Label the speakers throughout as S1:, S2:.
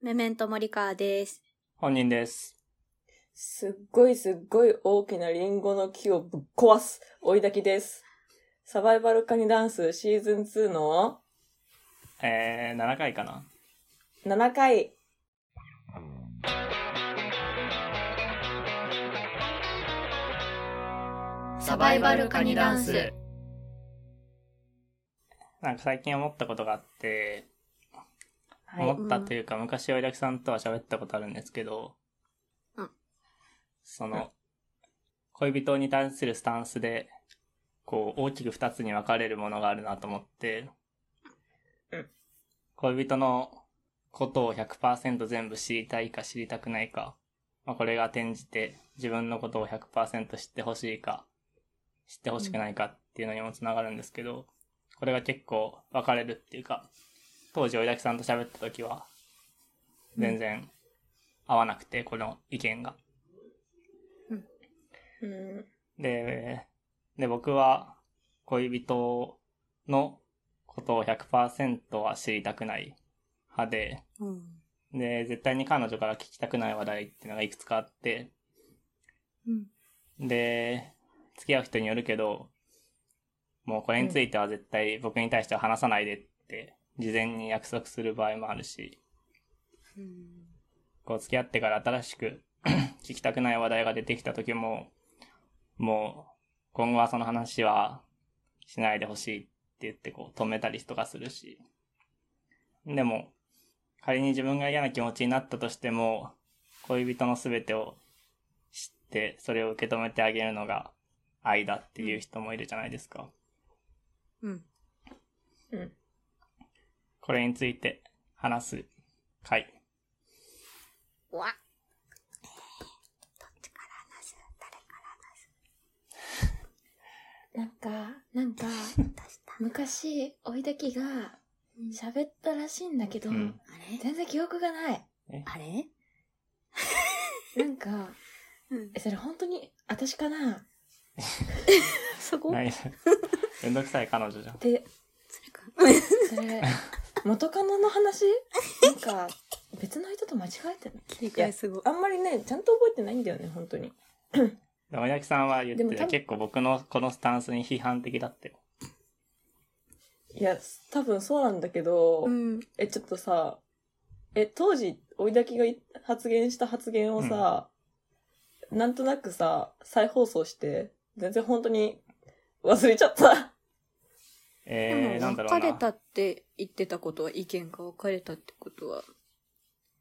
S1: メメントモリカーです。
S2: 本人です。
S3: すっごいすっごい大きなリンゴの木をぶっ壊す、追い炊きです。サバイバルカニダンスシーズン2の
S2: えー、7回かな。
S3: 7回。
S1: サバイバルカニダンス。
S2: なんか最近思ったことがあって、
S3: はい。
S2: 思ったというか、昔おいらきさんとは喋ったことあるんですけど、
S1: うん
S2: その、恋人に対するスタンスで、こう、大きく二つに分かれるものがあるなと思って、
S3: うん
S2: 恋人のことを100%全部知りたいか知りたくないか、まあ、これが転じて自分のことを100%知ってほしいか、知ってほしくないかっていうのにもつながるんですけど、これが結構分かれるっていうか、当時、おいだきさんと喋った時は、全然合わなくて、この意見が。
S3: うん。
S2: で、で、僕は恋人のことを100%は知りたくない派で、
S1: うん。
S2: で、絶対に彼女から聞きたくない話題っていうのがいくつかあって、
S1: うん。
S2: で、付き合う人によるけど、もうこれについては絶対僕に対しては話さないでって、事前に約束する場合もあるし、
S1: うん。
S2: こう付き合ってから新しく 聞きたくない話題が出てきた時も、もう今後はその話はしないでほしいって言ってこう止めたりとかするし。でも、仮に自分が嫌な気持ちになったとしても、恋人の全てを知って、それを受け止めてあげるのが愛だっていう人もいるじゃないですか。
S1: うん。
S3: うん。
S2: これについて話す回。
S1: うわ。
S4: なんか、なん か、昔、おいだきが
S1: うん
S4: 喋ったらしいんだけど、
S2: うん
S1: あれ
S4: 全然記憶がない。
S1: あれ
S4: なんか、
S1: うん
S4: え、。それ本当に私かな
S1: そこ
S2: ない。 めんどくさい彼女じゃん。
S4: で、
S1: それか。 うん
S4: そ れ、元カノの話なんか、別の人と間違えてる。
S1: 切り替えすごい。
S3: あんまりね、ちゃんと覚えてないんだよね、本当に。
S2: でも、やきさんは言って
S4: でも多
S2: て、
S4: 分
S2: 結構僕のこのスタンスに批判的だって。
S3: いや、多分そうなんだけど、
S1: うん。
S3: え、ちょっとさ、え、当時、追いだきがい発言した発言をさ、なんとなくさ、再放送して、全然本当に忘れちゃった。
S2: えー、なんだろう
S1: 別れた
S2: な。
S1: って言ってたことは、意見が分かれたってことは、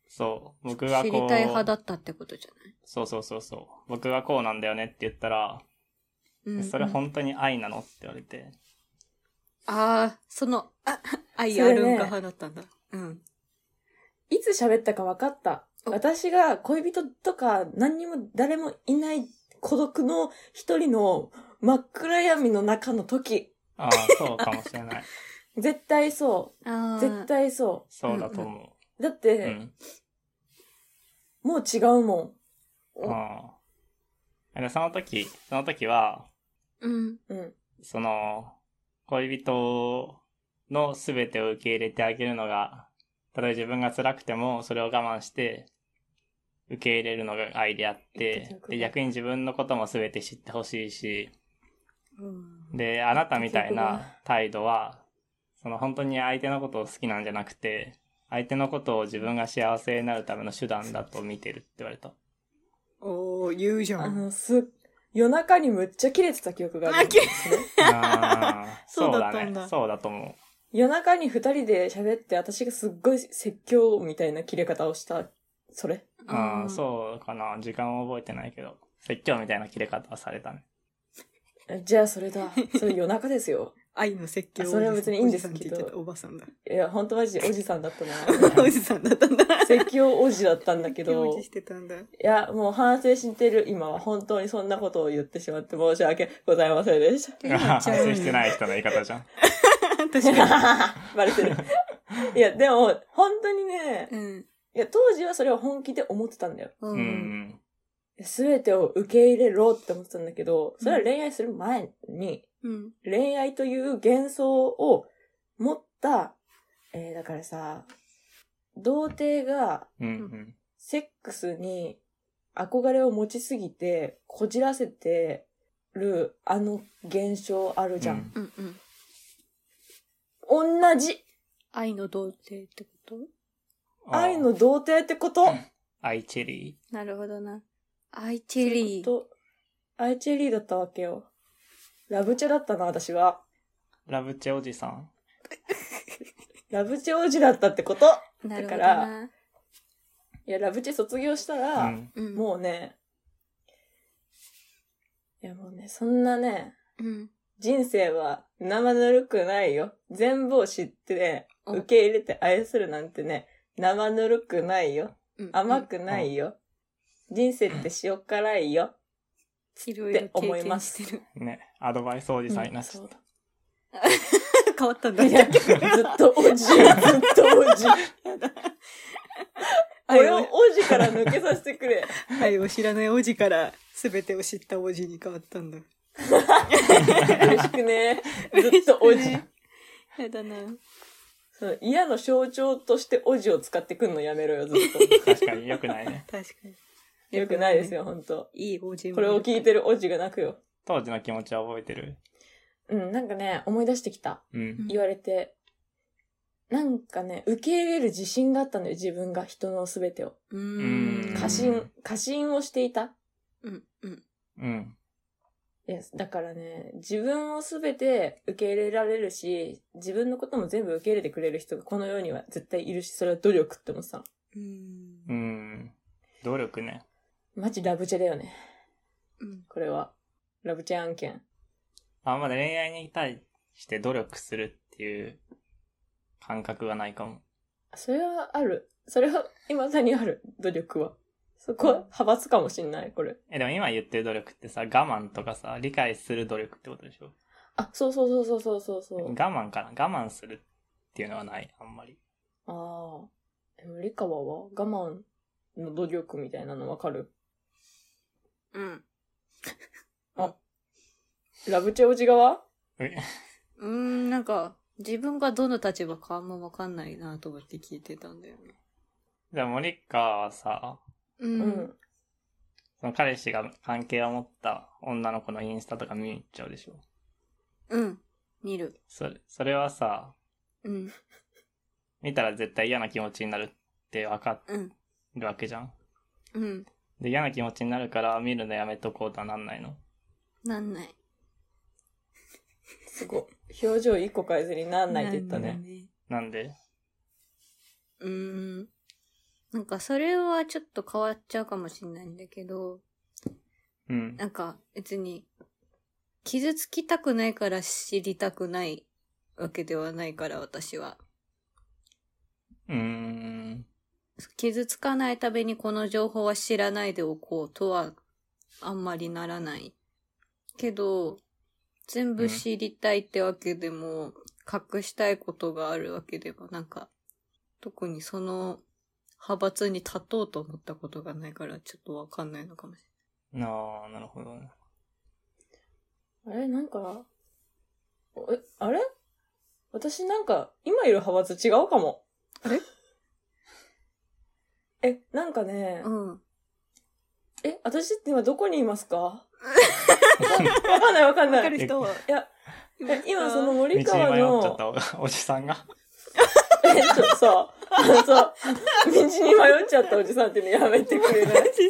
S2: そう、僕が
S1: 知り
S2: こ
S1: たい派だ
S2: う、
S1: ったってことじゃない
S2: そうそうそうそう。僕がこうなんだよねって言ったら、
S1: うん。
S2: それ本当に愛なのって言われて、
S1: ああ、その、 あ、愛あるんか派だったんだ。うん。
S3: いつ喋ったか分かった。
S1: お
S3: 私が恋人とか何にも誰もいない孤独の一人の真っ暗闇の中の時。
S2: ああ、そうかもし れない。
S3: 絶対そ
S1: あ
S3: う。
S1: あ。
S3: 絶。対そ
S2: そうだと思
S3: う。だっ
S2: う。う
S3: て、
S2: ん。
S3: もう違うもお
S2: ああ。で、その時、その時は、
S1: うん。
S3: ん。うん。
S2: その、恋人の全てを受け入れてあげるのが、たとえ自分が辛くてもそれを我慢して、受け入れるのが愛であって、で逆に自分のことも全て知ってほしいし、
S1: うん。
S2: で、あなたみたい
S3: 結局
S2: な態度は、その本当に相手のことを好きなんじゃなくて、相手のことを自分が幸せになるための手段だと見てるって言わ れた。
S1: おー、言うじゃ
S3: あ
S1: ん。
S3: の、すっ、夜中にむっちゃ切れてた記憶があるんですね。
S2: あー
S1: そうだ
S2: そうだ
S1: ったんだ
S2: ね。そうだと思う。
S3: 夜中に二人で喋って、私がすっごい説教みたいな切れ方をした、それ
S2: あ
S1: うん
S2: あ、そうかな。時間は覚えてないけど。説教みたいな切れ方はされたね。
S3: えじゃあそれ だ。それ夜中ですよ。
S1: 愛の説教
S3: あそれは別にいいんですけ
S1: おじさ
S3: ど
S1: って言ってたおばさんだ。
S3: いや、ほんとマジおじさんだった
S1: お
S3: な。
S1: じさんだったんだ。
S3: 説教おじだったんだけ
S1: 説
S3: ど
S1: 教。してたんだ。
S3: いや、もう反省してる今は本当にそんなことを言ってしまって申し訳ございませんでし
S2: 反省して
S1: い。
S2: ない人の言い方じゃん。
S1: 確かに。
S3: た。バレてる。いや、でも、本当にね、
S1: うん。
S3: いや、当時はそれを本気で思ってたんだよ。
S1: う。
S2: うんん。
S3: すべてを受け入れろって思ってたんだけど、それは恋愛する前に、
S1: うん。
S3: 恋愛という幻想を持った、えー、だからさ、童貞が
S2: うんうん。
S3: セックスに憧れを持ちすぎて、こじらせてるあの現象あるじゃん。
S1: うんうん。
S3: 同じ
S1: 愛の童貞ってこと
S2: うん。あー
S3: 愛の童貞ってこと
S2: 愛チェリ
S1: なるほどな。愛チェリー。
S3: と、アイチェリーだったわけよ。ラブチェだったな、私は。
S2: ー。ラブチェおじさん。
S3: ラブチェ王子だったってこと
S1: なるほど
S3: だから
S1: な。
S3: いや、ラブチェ卒業した
S2: う
S3: ら、
S2: ん。
S1: うん。
S3: もうね、いやもうね、そんなね、
S1: うん。
S3: 人生は生ぬるくないよ。全部を知ってね、
S1: お
S3: 受け入れて愛するなんてね、生ぬるくないよ。
S1: うん。
S3: 甘くないよ。人生って塩辛いよ。
S1: いろいろ
S3: って思
S1: 経
S3: いま
S1: 験
S3: す
S1: してる。
S2: ね。アドバイスおじさんになっちゃった。
S1: 変わったんだ。
S3: いや、ずっとおじ、ずっと おじ。俺をおじから抜けさせてくれ。
S1: 愛を知らない王子から全てを知った王子に変わったんだ。
S3: 嬉しくね。ずっとおじ。
S1: やだな。
S3: その嫌の象徴としておじを使ってくんのやめろよ、ずっ
S2: 確かに良くないね。
S1: 確かに。
S3: と。よくないですよ、ほんと。
S1: いい王子も
S3: これを聞いてるおじが泣くよ。
S2: 当時の気持ちは覚えてる
S3: うん、なんかね、思い出してきた。
S2: うん。
S3: 言われて。なんかね、受け入れる自信があったのよ、自分が人のすべてを。
S1: う。
S2: うん
S3: 過信、過信をしていた。
S1: うん。うん。
S2: うん。
S3: いや、だからね、自分をすべて受け入れられるし、自分のことも全部受け入れてくれる人がこの世には絶対いるし、それは努力って思ってたの。
S1: うん
S2: う。ん。努力ね。
S3: マジラブチェだよね、
S1: うん。
S3: これは。ラブチェ案件。
S2: あんまり恋愛に対して努力するっていう感覚がないかも。
S3: それはある。それは、未だにある。努力は。そこは派閥かもしんない、これ。
S2: え、でも今言ってる努力ってさ、我慢とかさ、理解する努力ってことでしょ
S3: あ、そうそうそうそうそうそうそう
S2: 我。慢かな我慢するっていうのはない、あんまり。
S3: ああ。でも、リカワは我慢の努力みたいなのわかる
S1: うん。
S3: ラブチェおじ側
S1: うん、なんか、自分がどの立場かあんまわかんないなと思って聞いてたんだよね。
S2: じゃあ森川はさ、
S1: う。
S3: うんん。
S2: その彼氏が関係を持った女の子のインスタとか見に行っちゃうでしょ
S1: うん。見る。
S2: それ、それはさ、
S1: うん。
S2: 見たら絶対嫌な気持ちになるって分か
S1: うん。
S2: るわけじゃん
S1: うん。
S2: で、嫌な気持ちになるから見るのやめとこうとはなんないの
S1: なんない。
S3: すごい。表情一個変えずになんないって言っ
S2: な
S3: た
S2: んない
S3: ね。
S2: ね。なんで
S1: うーん。なんか、それはちょっと変わっちゃうかもしれないんだけど、
S2: うん。
S1: なんか、別に、傷つきたくないから知りたくないわけではないから、私は。
S2: うーん。
S1: 傷つかないためにこの情報は知らないでおこうとはあんまりならない。けど、全部知りたいってわけでも、隠したいことがあるわけでも、なんか、特にその派閥に立とうと思ったことがないから、ちょっとわかんないのかもし
S2: なあ、なるほどね。
S3: あれなんか、え、あれ私なんか、今いる派閥違うかも。
S1: あれ
S3: え、なんかね
S1: れない。、うん。
S3: え、私って今どこにいますか わわかんないわかんない。い
S2: 人
S1: は。
S3: や、え今その、
S2: 道に迷
S3: 森
S2: っちゃ
S3: 川
S2: っ
S3: の、
S2: たおおじさんが。
S3: え、ちょっとさ、あのさ、道に迷っちゃったおじさんっていうのやめてく れないち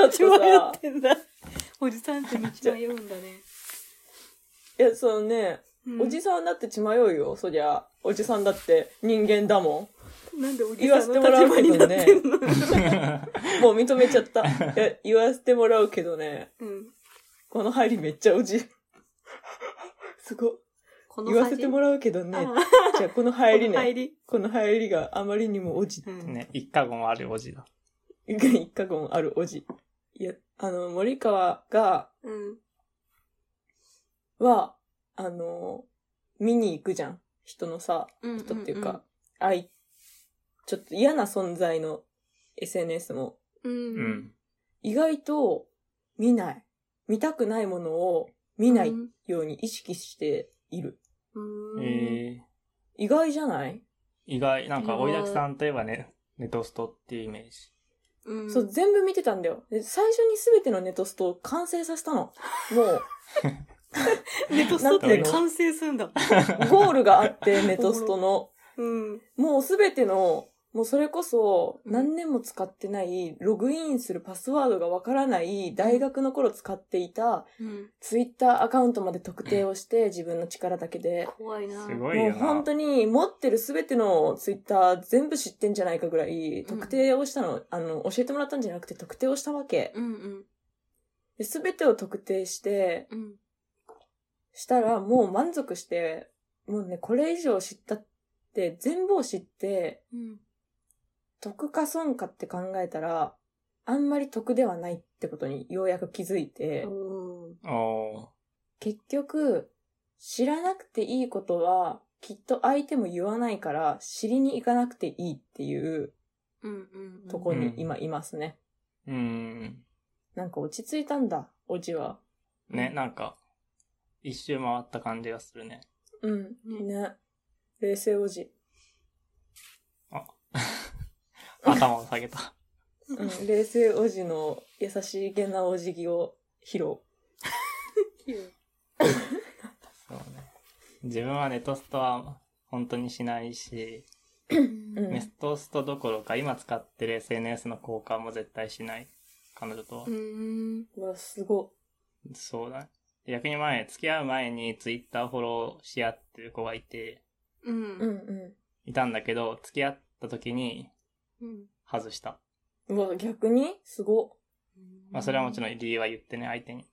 S3: ょっと
S1: 道迷
S3: さ
S1: っ、てんだ。おじさんって道迷うんだね。
S3: いや、そのね、
S1: うん
S3: おじさんだって血迷うよ、そりゃ。おじさんだって人間だもん。
S1: なんでおじ
S3: 言わ
S1: さ
S3: せ
S1: ん
S3: て
S1: の
S3: もら
S1: 立
S3: う
S1: 場
S3: け
S1: に
S3: ど
S1: なって
S3: ね
S1: ん。の
S3: もう認めちゃ った。いや、言わせてもらうけどね。
S1: うん。
S3: この入りめっちゃおじ。すごい。
S1: こ
S3: 言わせても
S1: ら
S3: らうけど
S1: あ
S3: ね
S1: ー。
S3: じゃあこの入り
S1: この入
S3: ね。
S1: り。
S3: この入りがあまりにもおじ。
S1: うん
S2: ね、一過後もあるおじだ。
S3: 一過言あるおじ。いや、あの、森川が、
S1: うん。
S3: は、あの、見に行くじゃん。人のさ、
S1: うん
S3: 人っていうか、あい、ちょっと嫌な存在の SNS も
S1: うん。
S2: う。
S1: うん
S3: 意外と見ない。見たくないものを見ないように意識している。
S1: うん。
S2: えー、
S3: 意外じゃない
S2: 意外、なんか、追いだきさんといえばね、ネトストっていうイメージ。
S1: うん。
S3: そう、全部見てたんだよ。で最初に全てのネトストを完成させたの。もう、
S1: ネトストって完成するんだ。
S3: ゴールが あって、ネトストの。
S1: うん。
S3: もうすべての、もうそれこそ
S1: うん
S3: 何年も使ってない、ログインするパスワードがわからない、大学の頃使っていた、
S1: うん。
S3: ツイッターアカウントまで特定をして、自分の力だけで。
S1: 怖いな。
S2: すごい
S3: もう
S2: よな。
S3: 本当に持ってるすべてのツイッター全部知ってんじゃないかぐらい、特定をしたの、あの、教えてもらったんじゃなくて特定をしたわけ。
S1: うんうん。
S3: すべてを特定して、
S1: うん。
S3: したらもう満足して、もうね、これ以上知ったって、全部を知って、
S1: うん。
S3: 得か損かって考えたら、あんまり得ではないってことにようやく気づいて、
S1: おー
S2: お
S3: 結局、知らなくていいことは、きっと相手も言わないから、知りに行かなくていいっていう
S1: うんうんうん。
S3: とこに
S2: うん
S3: 今いますね。
S2: ーうん。
S3: なんか落ち着いたんだ、おじは。
S2: ね、なんか、一周回った感じがするね。
S3: うん。
S1: ね
S3: ね。冷静おじ。
S2: 頭を下げた。
S3: うん。冷静おじの優しげなお辞儀を披露。
S2: そうね。自分はネトストは本当にしないし、
S1: うん
S3: うん
S2: ネトストどころか今使ってる SNS の交換も絶対しない。彼女とは。
S1: うん。
S3: うわ、すご。
S2: そうだね。逆に前、付き合う前にツイッターフォローし合ってる子がいて、
S1: う
S3: うん
S1: ん。
S3: う
S2: いたんだけど、付き合った時に
S1: うん。
S2: 外した。
S3: ん。うわ、逆にすご。
S2: まあそれはもちろん理由は言ってね、相手に。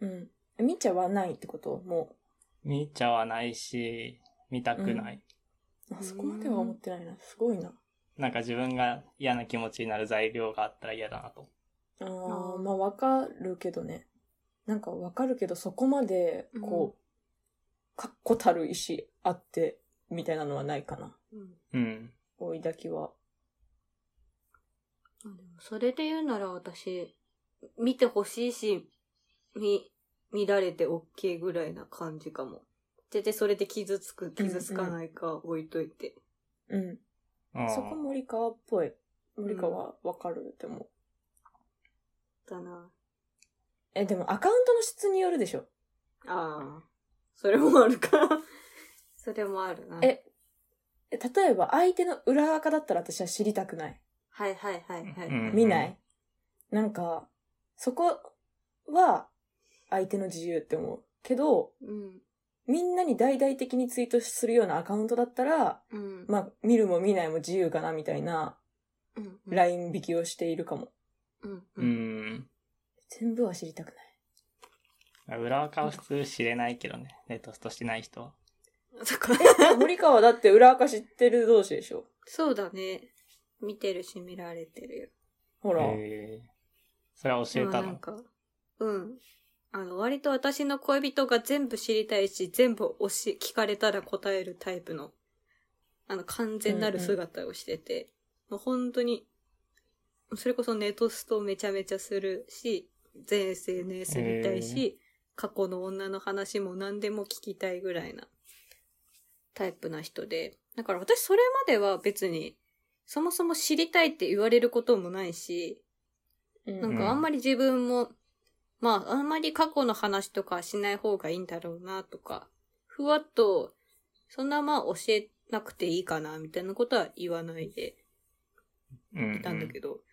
S3: うん。みちゃはないってことも
S2: 見ちゃわないし、見たくない。
S3: う。あそこまでは思ってないな。すごいな。
S2: なんか自分が嫌な気持ちになる材料があったら嫌だなと。
S3: あ
S1: あ
S3: あ、
S1: ー
S3: まあわかるけどね。なんかわかるけど、そこまで、こう、確固たる意志あって、みたいなのはないかな。
S1: うん。
S2: うん。
S3: 追いだきは。
S1: あでもそれで言うなら私、見てほしいし、見、見られて OK ぐらいな感じかも。全然それで傷つく、傷つかないか置いといて。
S3: うん。
S2: うん
S3: そこ森川っぽい。森川わかるでも。
S1: だな。
S3: え、でもアカウントの質によるでしょ。
S1: ああ。それもあるか。 それもあるな。
S3: ええ例えば相手の裏垢だったら私は知りたくない。
S1: はいはいはいはい。
S2: うん
S3: 見ない、なんか、そこは相手の自由って思う。けど、
S1: うん。
S3: みんなに大々的にツイートするようなアカウントだったら、
S1: うん。
S3: まあ、見るも見ないも自由かなみたいな
S1: うん、
S3: ライン引きをしているかも。
S1: うん。う。
S2: うんん。
S3: 全部は知りたくない。
S2: 裏垢は普通知れないけどね。ネトストしない人は。
S1: そっか。
S3: 森川だって裏垢知ってる同士でしょ。
S1: そうだね。見てるし見られてるよ。
S3: ほら。
S2: へえそれは教え
S1: で
S2: た
S1: もな
S2: の
S1: ん。か、うん。あの、割と私の恋人が全部知りたいし、全部押し、聞かれたら答えるタイプの、あの、完全なる姿をしてて、もう本当に、それこそネトストをめちゃめちゃするし、全 SNS 見たいし、過去の女の話も何でも聞きたいぐらいなタイプな人で、だから私それまでは別に、そもそも知りたいって言われることもないし、
S3: うん
S1: なんかあんまり自分も、まああんまり過去の話とかはしない方がいいんだろうなとか、ふわっと、そんなまあ教えなくていいかなみたいなことは言わないで
S2: うん
S1: いたんだけど、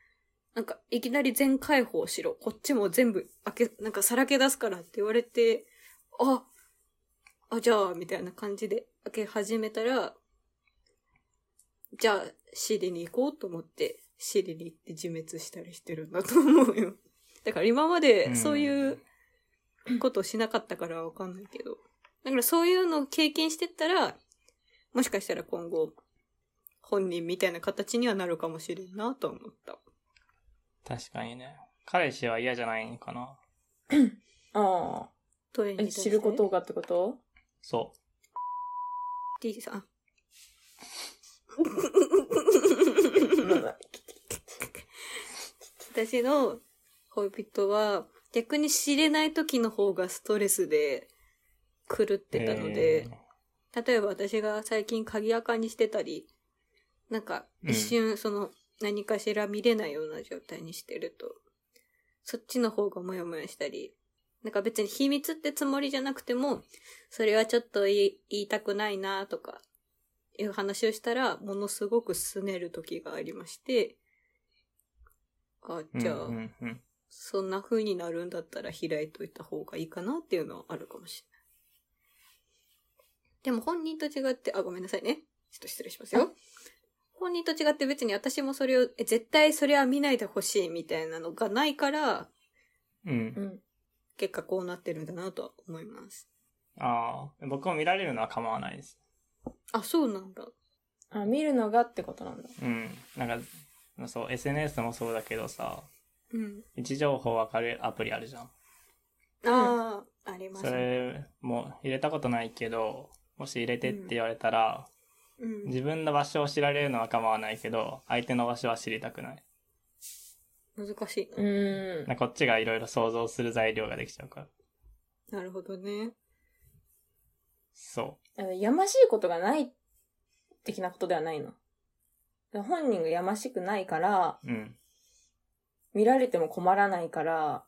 S1: なんかいきなり全開放しろ、こっちも全部開け、なんかさらけ出すからって言われて、あ、あ、じゃあ、みたいな感じで開け始めたら、じゃあ、知りに行こうと思って、知りに行って自滅したりしてるんだと思うよ。 だから今までそういうことをしなかったからわかんないけど。だからそういうのを経験してったら、もしかしたら今後、本人みたいな形にはなるかもしれんなとは思った。
S2: 確かにね。彼氏は嫌じゃないのかな。
S3: ああ。
S1: 問いに
S3: え
S1: 対して
S3: 知ることがってこと
S2: そ
S1: D さん。 私の恋人は逆に知れない時の方がストレスで狂っ
S2: う。
S1: てたので、例えば私が最近鍵垢にしてたりなんか、
S2: うん
S1: 一瞬、その、何かしら見れないような状態にしてると、そっちの方がモヤモヤしたり、なんか別に秘密ってつもりじゃなくても、それはちょっと言い言いたくないなとか、いう話をしたら、ものすごく拗ねる時がありまして、あ、じゃあ、
S2: うんうんうん
S1: そんな風になるんだったら開いといた方がいいかなっていうのはあるかもしれない。でも本人と違って、あ、ごめんなさいね。ちょっと失礼しますよ。本人と違って別に私もそれを、え絶対それは見ないでほしいみたいなのがないから、
S2: うん
S3: うん。
S1: 結果こうなってるんだなとは思います。
S2: ああ、僕も見られるのは構わないです。
S1: あ、そうなんだ。
S3: あ、見るのがってことなんだ。
S2: うん。なんか、そう、SNS もそうだけどさ、
S1: うん。
S2: 位置情報わかるアプリあるじゃん。
S1: ああ、あります
S2: そ
S1: ね。
S2: れも入れたことないけど、もし入れてって言われたら、
S1: うん。
S2: 自分の場所を知られるのは構わないけど、相手の場所は知りたくない。
S1: 難しいな
S3: うーん。
S2: なんかこっちがいろいろ想像する材料ができちゃうから。
S1: なるほどね。
S2: そ
S3: あのやましいことがない的なことではないの。本人がやましくないから、
S2: う。うん。
S3: 見られても困らないから、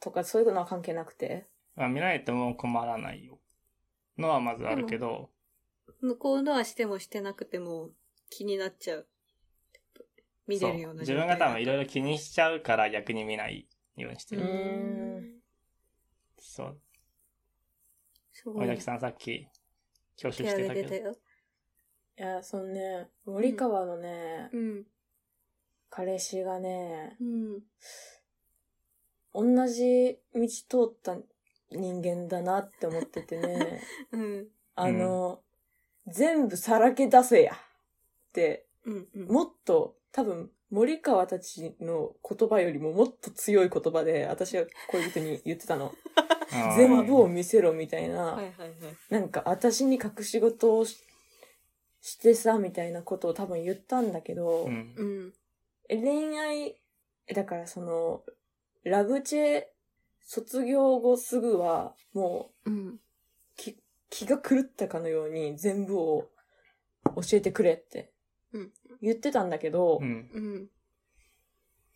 S3: とかそういうのは関係なくて。
S2: まあ、見られても困らないよ。のはまずあるけど、
S1: 向こうのはしてもしてなくても気になっちゃう。見れるような
S2: そう自分が多分い
S1: る。
S2: ろいろ気にしちゃうから逆に見ないようにして
S3: う
S2: る。
S3: ーん
S2: そう。
S1: すご
S2: 小
S1: い。
S2: 崎さんさっき、挙手
S1: 手
S2: し
S1: 挙
S2: て
S1: げ
S2: た
S1: て
S2: け
S1: た
S2: ど。
S1: よ。
S3: いや、そのね、森川のね、
S1: うん。
S3: 彼氏がね、
S1: うん。
S3: 同じ道通った人間だなって思っててね、
S1: うん。
S3: あの、全部さらけ出せやって、
S1: うん。うん。
S3: もっと、多分、森川たちの言葉よりももっと強い言葉で、私は恋人に言ってたの。
S2: あー
S3: 全部を見せろみたいな、
S1: はいはいはい。
S3: なんか私に隠し事をししてさ、みたいなことを多分言ったんだけど、
S2: うん。
S1: うん。
S3: え恋愛、えだからその、ラブチェ卒業後すぐは、もう
S1: うん。
S3: 気気が狂ったかのように全部を教えてくれって
S1: うん
S3: 言ってたんだけど、
S2: うん。
S1: うん。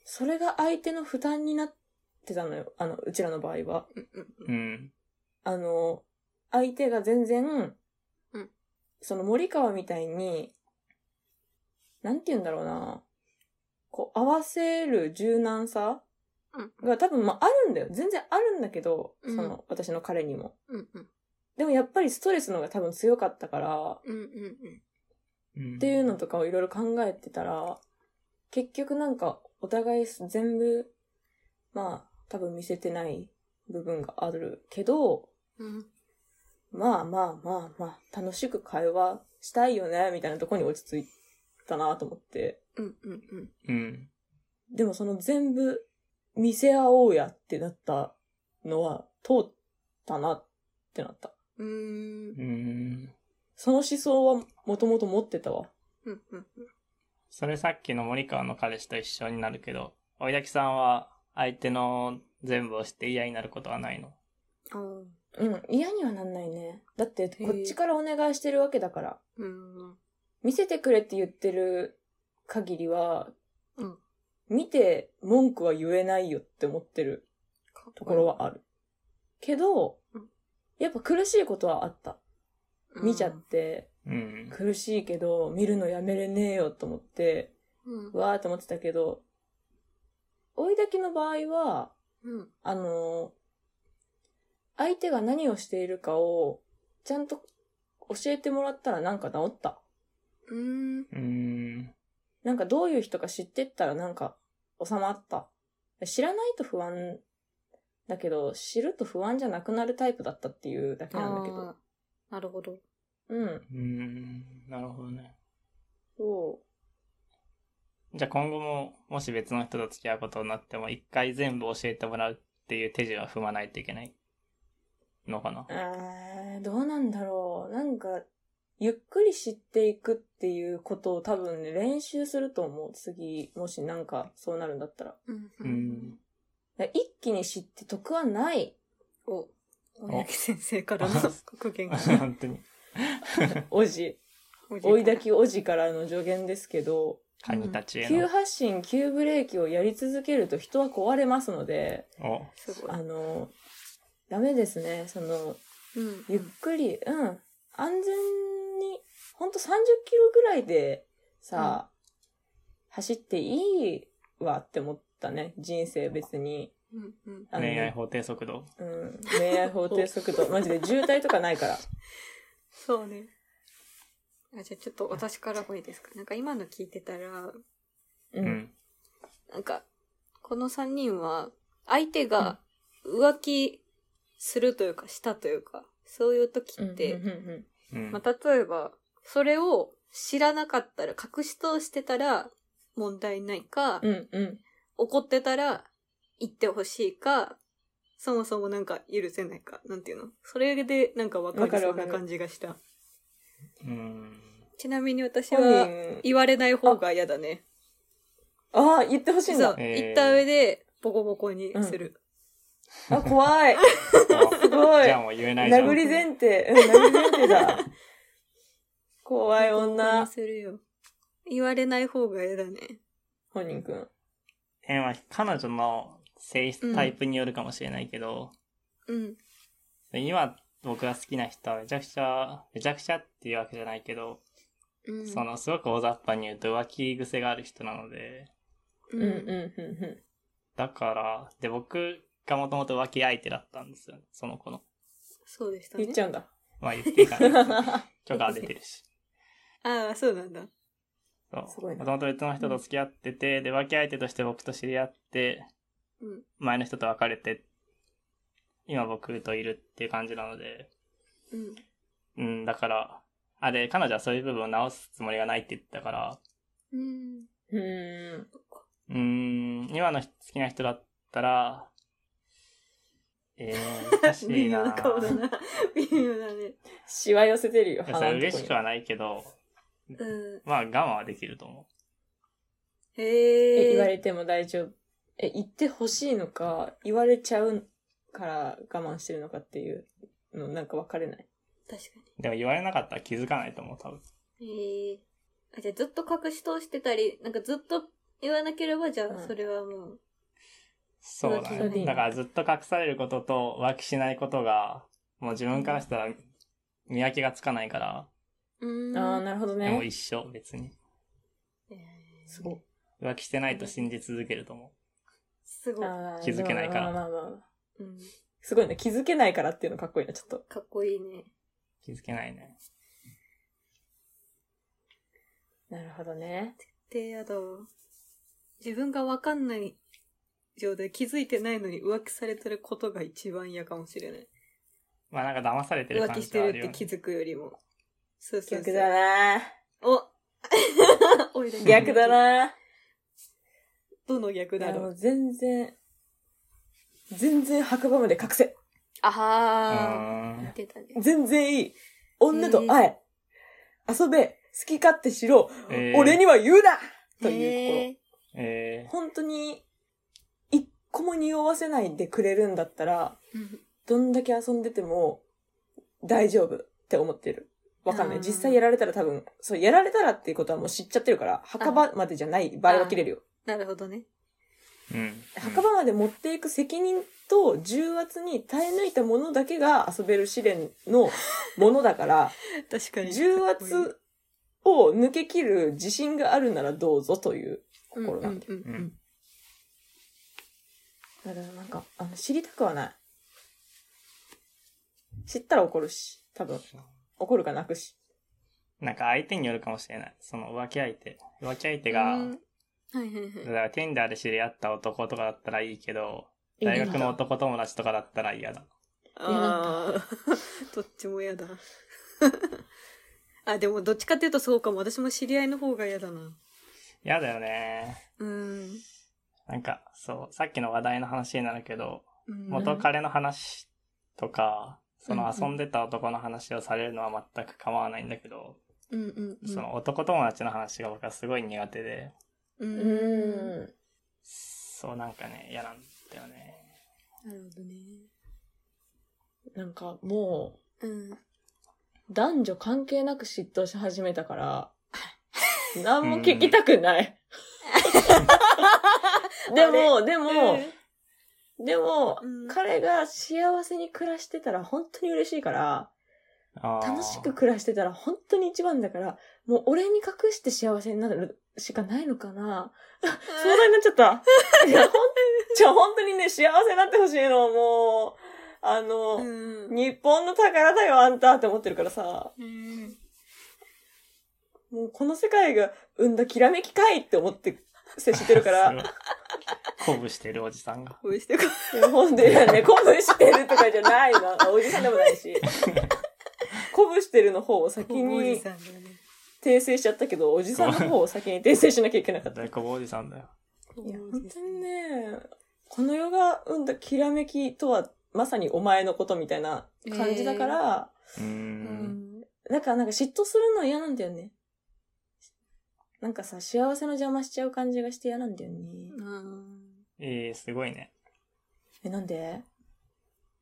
S3: それが相手の負担になってたのよ。あの、うちらの場合は。
S1: うん。うん
S2: うん。
S3: あの、相手が全然、
S1: うん
S3: その森川みたいに、なんて言うんだろうな。こう、合わせる柔軟さ
S1: うん
S3: が多分、まあ、あるんだよ。全然あるんだけど、
S1: うん
S3: その、私の彼にも。
S1: うん。うん。
S3: でもやっぱりストレスの方が多分強かったから、
S1: うん。うん。
S2: うん。
S3: っていうのとかをいろいろ考えてたら、結局なんかお互い全部、まあ多分見せてない部分があるけど、
S1: うん。
S3: まあまあまあまあ、楽しく会話したいよね、みたいなとこに落ち着いたなと思って。
S1: うん。うん。うん。
S2: うん。
S3: でもその全部見せ合おうやってなったのは通ったなってなった。
S1: うん。うん。
S2: うん。
S3: その思想はもともと持ってたわ。
S1: うん。うん。
S2: それさっきの森川の彼氏と一緒になるけど、小崎さんは相手の全部を知って嫌になることはないの。
S1: あー
S3: うん、嫌にはなんないね。だってこっちからお願いしてるわけだから。
S1: うん。
S3: 見せてくれって言ってる限りは、
S1: うん
S3: 見て文句は言えないよって思ってるところはある。けど
S1: うん、
S3: やっぱ苦しいことはあった。見ちゃって
S2: うん。
S3: 苦しいけど、見るのやめれねえよと思って、
S1: うん。
S3: わーって思ってたけど、追いだきの場合は、
S1: うん。
S3: あのー相手が何をしているかを、ちゃんと教えてもらったらなんか治った。
S1: うん。
S2: うん。
S3: なんかどういう人か知ってったらなんか収まった。知らないと不安だけど、知ると不安じゃなくなるタイプだったっていうだけなんだけど
S1: あ。ーなるほど。
S3: うん。
S2: うん。なるほどね。
S3: そ
S2: じゃあ今後も、もし別の人と付き合うことになっても、一回全部教えてもらうっていう手順は踏まないといけないのかな
S3: う。。えー、どうなんだろう。なんか、ゆっくり知っていくっていうことを多分ね、練習すると思う。次、もしなんかそうなるんだったら。
S1: うん。
S2: う。ん。
S3: だから一気に知って得は ない。
S1: お、小柳先生からの格言が。
S2: 本当に。
S3: おじ。追いだきおじからの助言ですけど、
S2: カニたちへ
S3: 急
S2: の。
S3: 発進、急ブレーキをやり続けると人は壊れますので、
S2: お
S1: すごい
S3: あ。の、ダメですね。その、
S1: うん。
S3: ゆっくり、うん、安全に、ほんと30キロぐらいでさ、走っていいわって思ったね。人生別に。
S1: うんうん。
S3: あの
S2: 恋愛法定速度。
S3: うん、恋愛法定 速度。マジで渋滞とかないから。
S1: そうね。あじゃあちょっと私からもいいですか。なんか今の聞いてたら、
S3: う。
S2: うんん。
S1: なんか、この3人は、相手が浮気するというか、したというか、そういう時
S3: うん
S1: って、
S3: うんうんうん
S2: うん。
S1: まあ、例えば、それを知らなかったら、隠し通してたら問題ないか、
S3: うんうん。
S1: 怒ってたら言ってほしいか、そもそもなんか許せないか、なんていうのそれでなんか分か
S3: わか
S1: りそ
S3: るわ
S1: う
S3: か
S1: な
S3: る
S1: 感じがした。
S2: うん。
S1: ちなみに私
S3: 本
S1: は、
S3: 人、
S1: 言われない方が嫌だね。
S3: ああ、言ってほしいん
S1: そう
S3: だ、。
S2: えー
S1: 言った上で、ボコボコにする。
S3: あ、怖い。すご
S2: あ
S3: い
S2: じゃあ。もう言えないじゃん。
S3: 殴り前提。うん、殴り前提だ。怖い
S1: ボコボコに
S3: 女。
S1: するよ。言われない方が嫌だね。
S3: 本人くん。
S2: えーまあ彼女の性質タイプによるかもしれないけど、
S1: うん。
S2: 今僕が好きな人はめちゃくちゃ、めちゃくちゃっていうわけじゃないけど、
S1: うん。
S2: そのすごく大雑把に言うと浮気癖がある人なので、
S1: う
S3: うん
S1: ん
S3: うんうんう
S2: だから、で、僕がもともと浮気相手だったんですよ、その子の。
S1: そうでした
S3: ん。
S1: ね。
S3: 言っちゃうんだ。
S2: まあ言っていいか な。 許可は出てるし。
S1: ああ、そうなんだ。
S2: そう。
S3: すごいな
S2: もともと別の人と付き合ってて、で、浮気相手として僕と知り合って、
S1: うん。
S2: 前の人と別れて、今僕といるっていう感じなので、
S1: うん。
S2: うん、だから、あれ、彼女はそういう部分を直すつもりがないって言ったから、
S1: うん。
S3: うーん。
S2: うーん、今の好きな人だったら、えー、難し
S1: 微
S2: いな
S1: 妙な顔だ な。微妙だね。
S3: しわ寄せてるよ、
S2: いやそれ
S3: 鼻のと
S2: 嬉
S3: こ
S2: し
S3: に
S2: く。はないけど、
S1: うん。
S2: まあ我慢はできると思
S1: へえ。
S3: え、言われても大丈夫。え、言ってほしいのか、言われちゃうから我慢してるのかっていうの、なんか分かれない。
S1: 確か
S2: う。でも言われなかったら気づかないと思う、多分。
S1: に。へえ。あ、じゃあずっと隠し通してたり、なんかずっと言わなければ、じゃ
S3: う
S1: あ
S3: ん
S1: それはもう。
S2: そうだ
S1: それは気づいて
S2: ね。
S3: な
S2: だ
S3: い
S2: からずっと隠されることと浮気しないことが、もう自分からしたら見分けがつかないから、
S1: う
S3: ああ、
S1: ん。
S3: なるほど
S2: もう
S3: ね。
S2: 一生別に。
S3: すごい。
S2: 浮気してないと信じ続けると思
S1: すごい。
S3: あー
S2: 気づけないから
S3: まあまあまあまあ
S1: うん。
S3: すごいね。気づけないからっていうのかっこいいな、ちょっと。
S1: かっこいいね。
S2: う。気づけないね。
S3: なるほどね。
S1: で、やだわ。自分がわかんない状態、気づいてないのに浮気されてることが一番嫌かもしれない。
S2: まあなんか騙されてる
S1: 浮
S2: 感
S1: 気し
S2: じ
S1: て
S2: はあ
S1: る
S2: る
S1: って
S2: よね
S1: 気。づくよりも。そうそうそ
S3: 逆
S1: う。
S3: だな
S1: お おいら
S3: 逆だな
S1: どの逆
S3: いや
S1: だろ
S3: も
S1: う
S3: う全然、全然白馬まで隠せ。
S1: あ
S2: う
S1: はー。
S2: ーん
S1: 言。ってたね。
S3: 全然いい。女と会え。遊べ。好き勝手しろ。
S2: えー
S3: 俺には言うなという心。
S1: え
S2: え
S3: 本当に、一個も匂わせないでくれるんだったら、
S1: ー
S3: どんだけ遊んでても大丈夫って思ってる。わかんな
S1: あ
S3: い。
S1: ー
S3: 実際やられたら多分、そう、やられたらっていうことはもう知っちゃってるから、墓場までじゃない場合は切れるよ。
S1: なるほどね。
S2: ー、うん。
S3: 墓場まで持っていく責任と重圧に耐え抜いたものだけが遊べる試練のものだ から、
S1: 確かに。
S3: 重圧を抜け切る自信があるならどうぞという心なんで。
S1: うんうんうんうん
S3: だからなんか、あの、知りたくはない。知ったら怒るし、多分。怒るか泣くし。
S2: なんか相手によるかもしれない。その浮気相手。浮気相手が、
S1: うんはいはい
S2: だ
S1: は
S2: か
S1: い。
S2: ら Tinder で知り合った男とかだったらいいけど、
S3: いいね
S2: 大学の男友達とかだったら嫌だ。
S1: ああ、どっちも嫌だ。 あ、でもどっちかっていうとそうかも。私も知り合いの方が嫌だな。
S2: 嫌だよね。
S1: うん。
S2: なんか、そう、さっきの話題の話になるけど、
S1: うん
S2: 元彼の話とか、その
S1: うん
S2: 遊んでた男の話をされるのは全く構わないんだけど、
S1: うんうんうん。
S2: その男友達の話が僕はすごい苦手で、
S1: う。
S3: うん
S1: なる
S3: ん。
S2: そうなんかね、嫌なんだよね。
S1: ほどね。
S3: なんかも
S1: うん。
S3: 男女関係なく嫉妬し始めたから、何も聞きたくない。でも、でも、でも、
S1: うん
S3: 彼が幸せに暮らしてたら本当に嬉しいから、
S2: あー
S3: 楽しく暮らしてたら本当に一番だから、もう俺に隠して幸せになるしかないのかな。相談になっちゃ った。いや、ほん、じゃ本当にね、幸せになってほしいの、もう、あの、
S1: うん。
S3: 日本の宝だよ、あんたって思ってるからさ、
S1: うん。
S3: もうこの世界が生んだきらめきかいって思って接してる から、
S2: 鼓舞してるおじさんが。
S1: こうしてこ
S3: いやほんで、いやね、鼓舞してるとかじゃない の。おじさんでもないし。鼓舞してるの方を先
S1: う。おじ
S3: に
S1: さんだね。
S3: 訂正しちゃったけど、おじさんの方を先に訂正しなきゃいけなかった。
S2: 大鼓舞おじさんだよ。
S3: いや、本当にね、この世が生んだきらめきとは、まさにお前のことみたいな感じだから、
S2: うーん。
S3: だからなんか嫉妬するの嫌なんだよね。なんかさ、幸せの邪魔しちゃう感じがして嫌なんだよね。
S1: うん。
S2: ええー、すごいね。
S3: え、なんで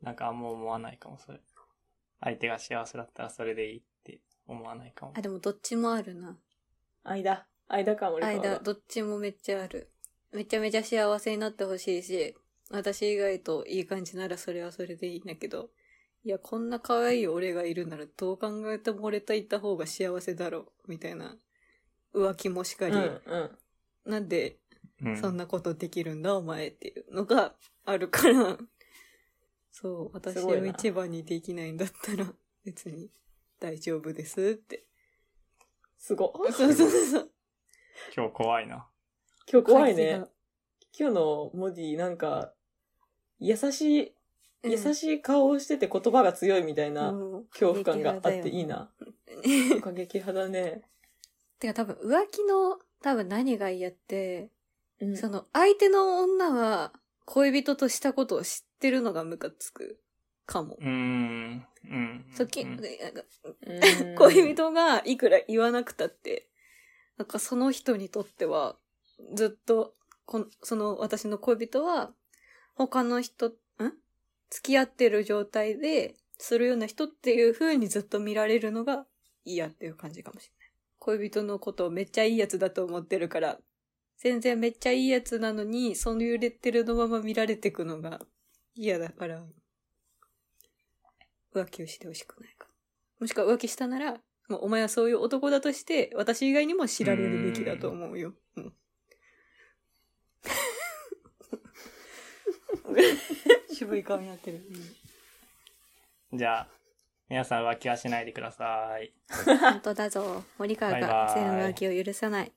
S2: なんかあんま思わないかも、それ。相手が幸せだったらそれでいいって思わないかも
S1: あ、。でもどっちもあるな。
S3: 間。間か、森川が
S1: 間、どっちもめっちゃある。めちゃめちゃ幸せになってほしいし、私以外といい感じならそれはそれでいいんだけど、いや、こんな可愛い俺がいるならどう考えても俺といた方が幸せだろう、みたいな。浮気もしかり、
S3: うん、うん。
S1: なんで
S2: うん、
S1: そんなことできるんだ、お前っていうのがあるから、そう、私
S3: すごい
S1: を
S3: な
S1: 一番にできないんだったら、別に大丈夫ですって。
S3: すご。
S1: そうそうそうそう。
S2: 今日怖いな。
S3: 今日怖い
S1: 感じ
S3: ね
S1: が。。
S3: 今日のモディ、なんか、優しい、
S1: うん
S3: 優しい顔をしてて言葉が強いみたいな
S1: うん
S3: 恐怖感があっていいな。過激派だね。
S1: てか多分浮気の多分何が嫌って、
S3: うん
S1: その相手の女は恋人としたことを知ってるのがムカつくかも。
S2: うーん。うん。
S1: そうき
S2: う
S1: な
S2: ん
S1: んか
S3: う ん
S1: 恋人がいくら言わなくたって、なんかその人にとっては、ずっとこん、その私の恋人は、他の人、ん付き合ってる状態で、するような人っていう風にずっと見られるのが嫌っていう感じかもしれない。恋人のことをめっちゃいいやつだと思ってるから、全然めっちゃいいやつなのに、その揺れてるのまま見られてくのが嫌だから、浮気をしてほしくないか。もしくは浮気したなら、もうお前はそういう男だとして、私以外にも知られるべきだと思うよ。 うん。渋い顔になってる。
S2: じゃあ、皆さん浮気はしないでください。
S1: 本当だぞ。森川
S2: バイバ
S1: が
S2: イ
S1: 全浮気を許さない。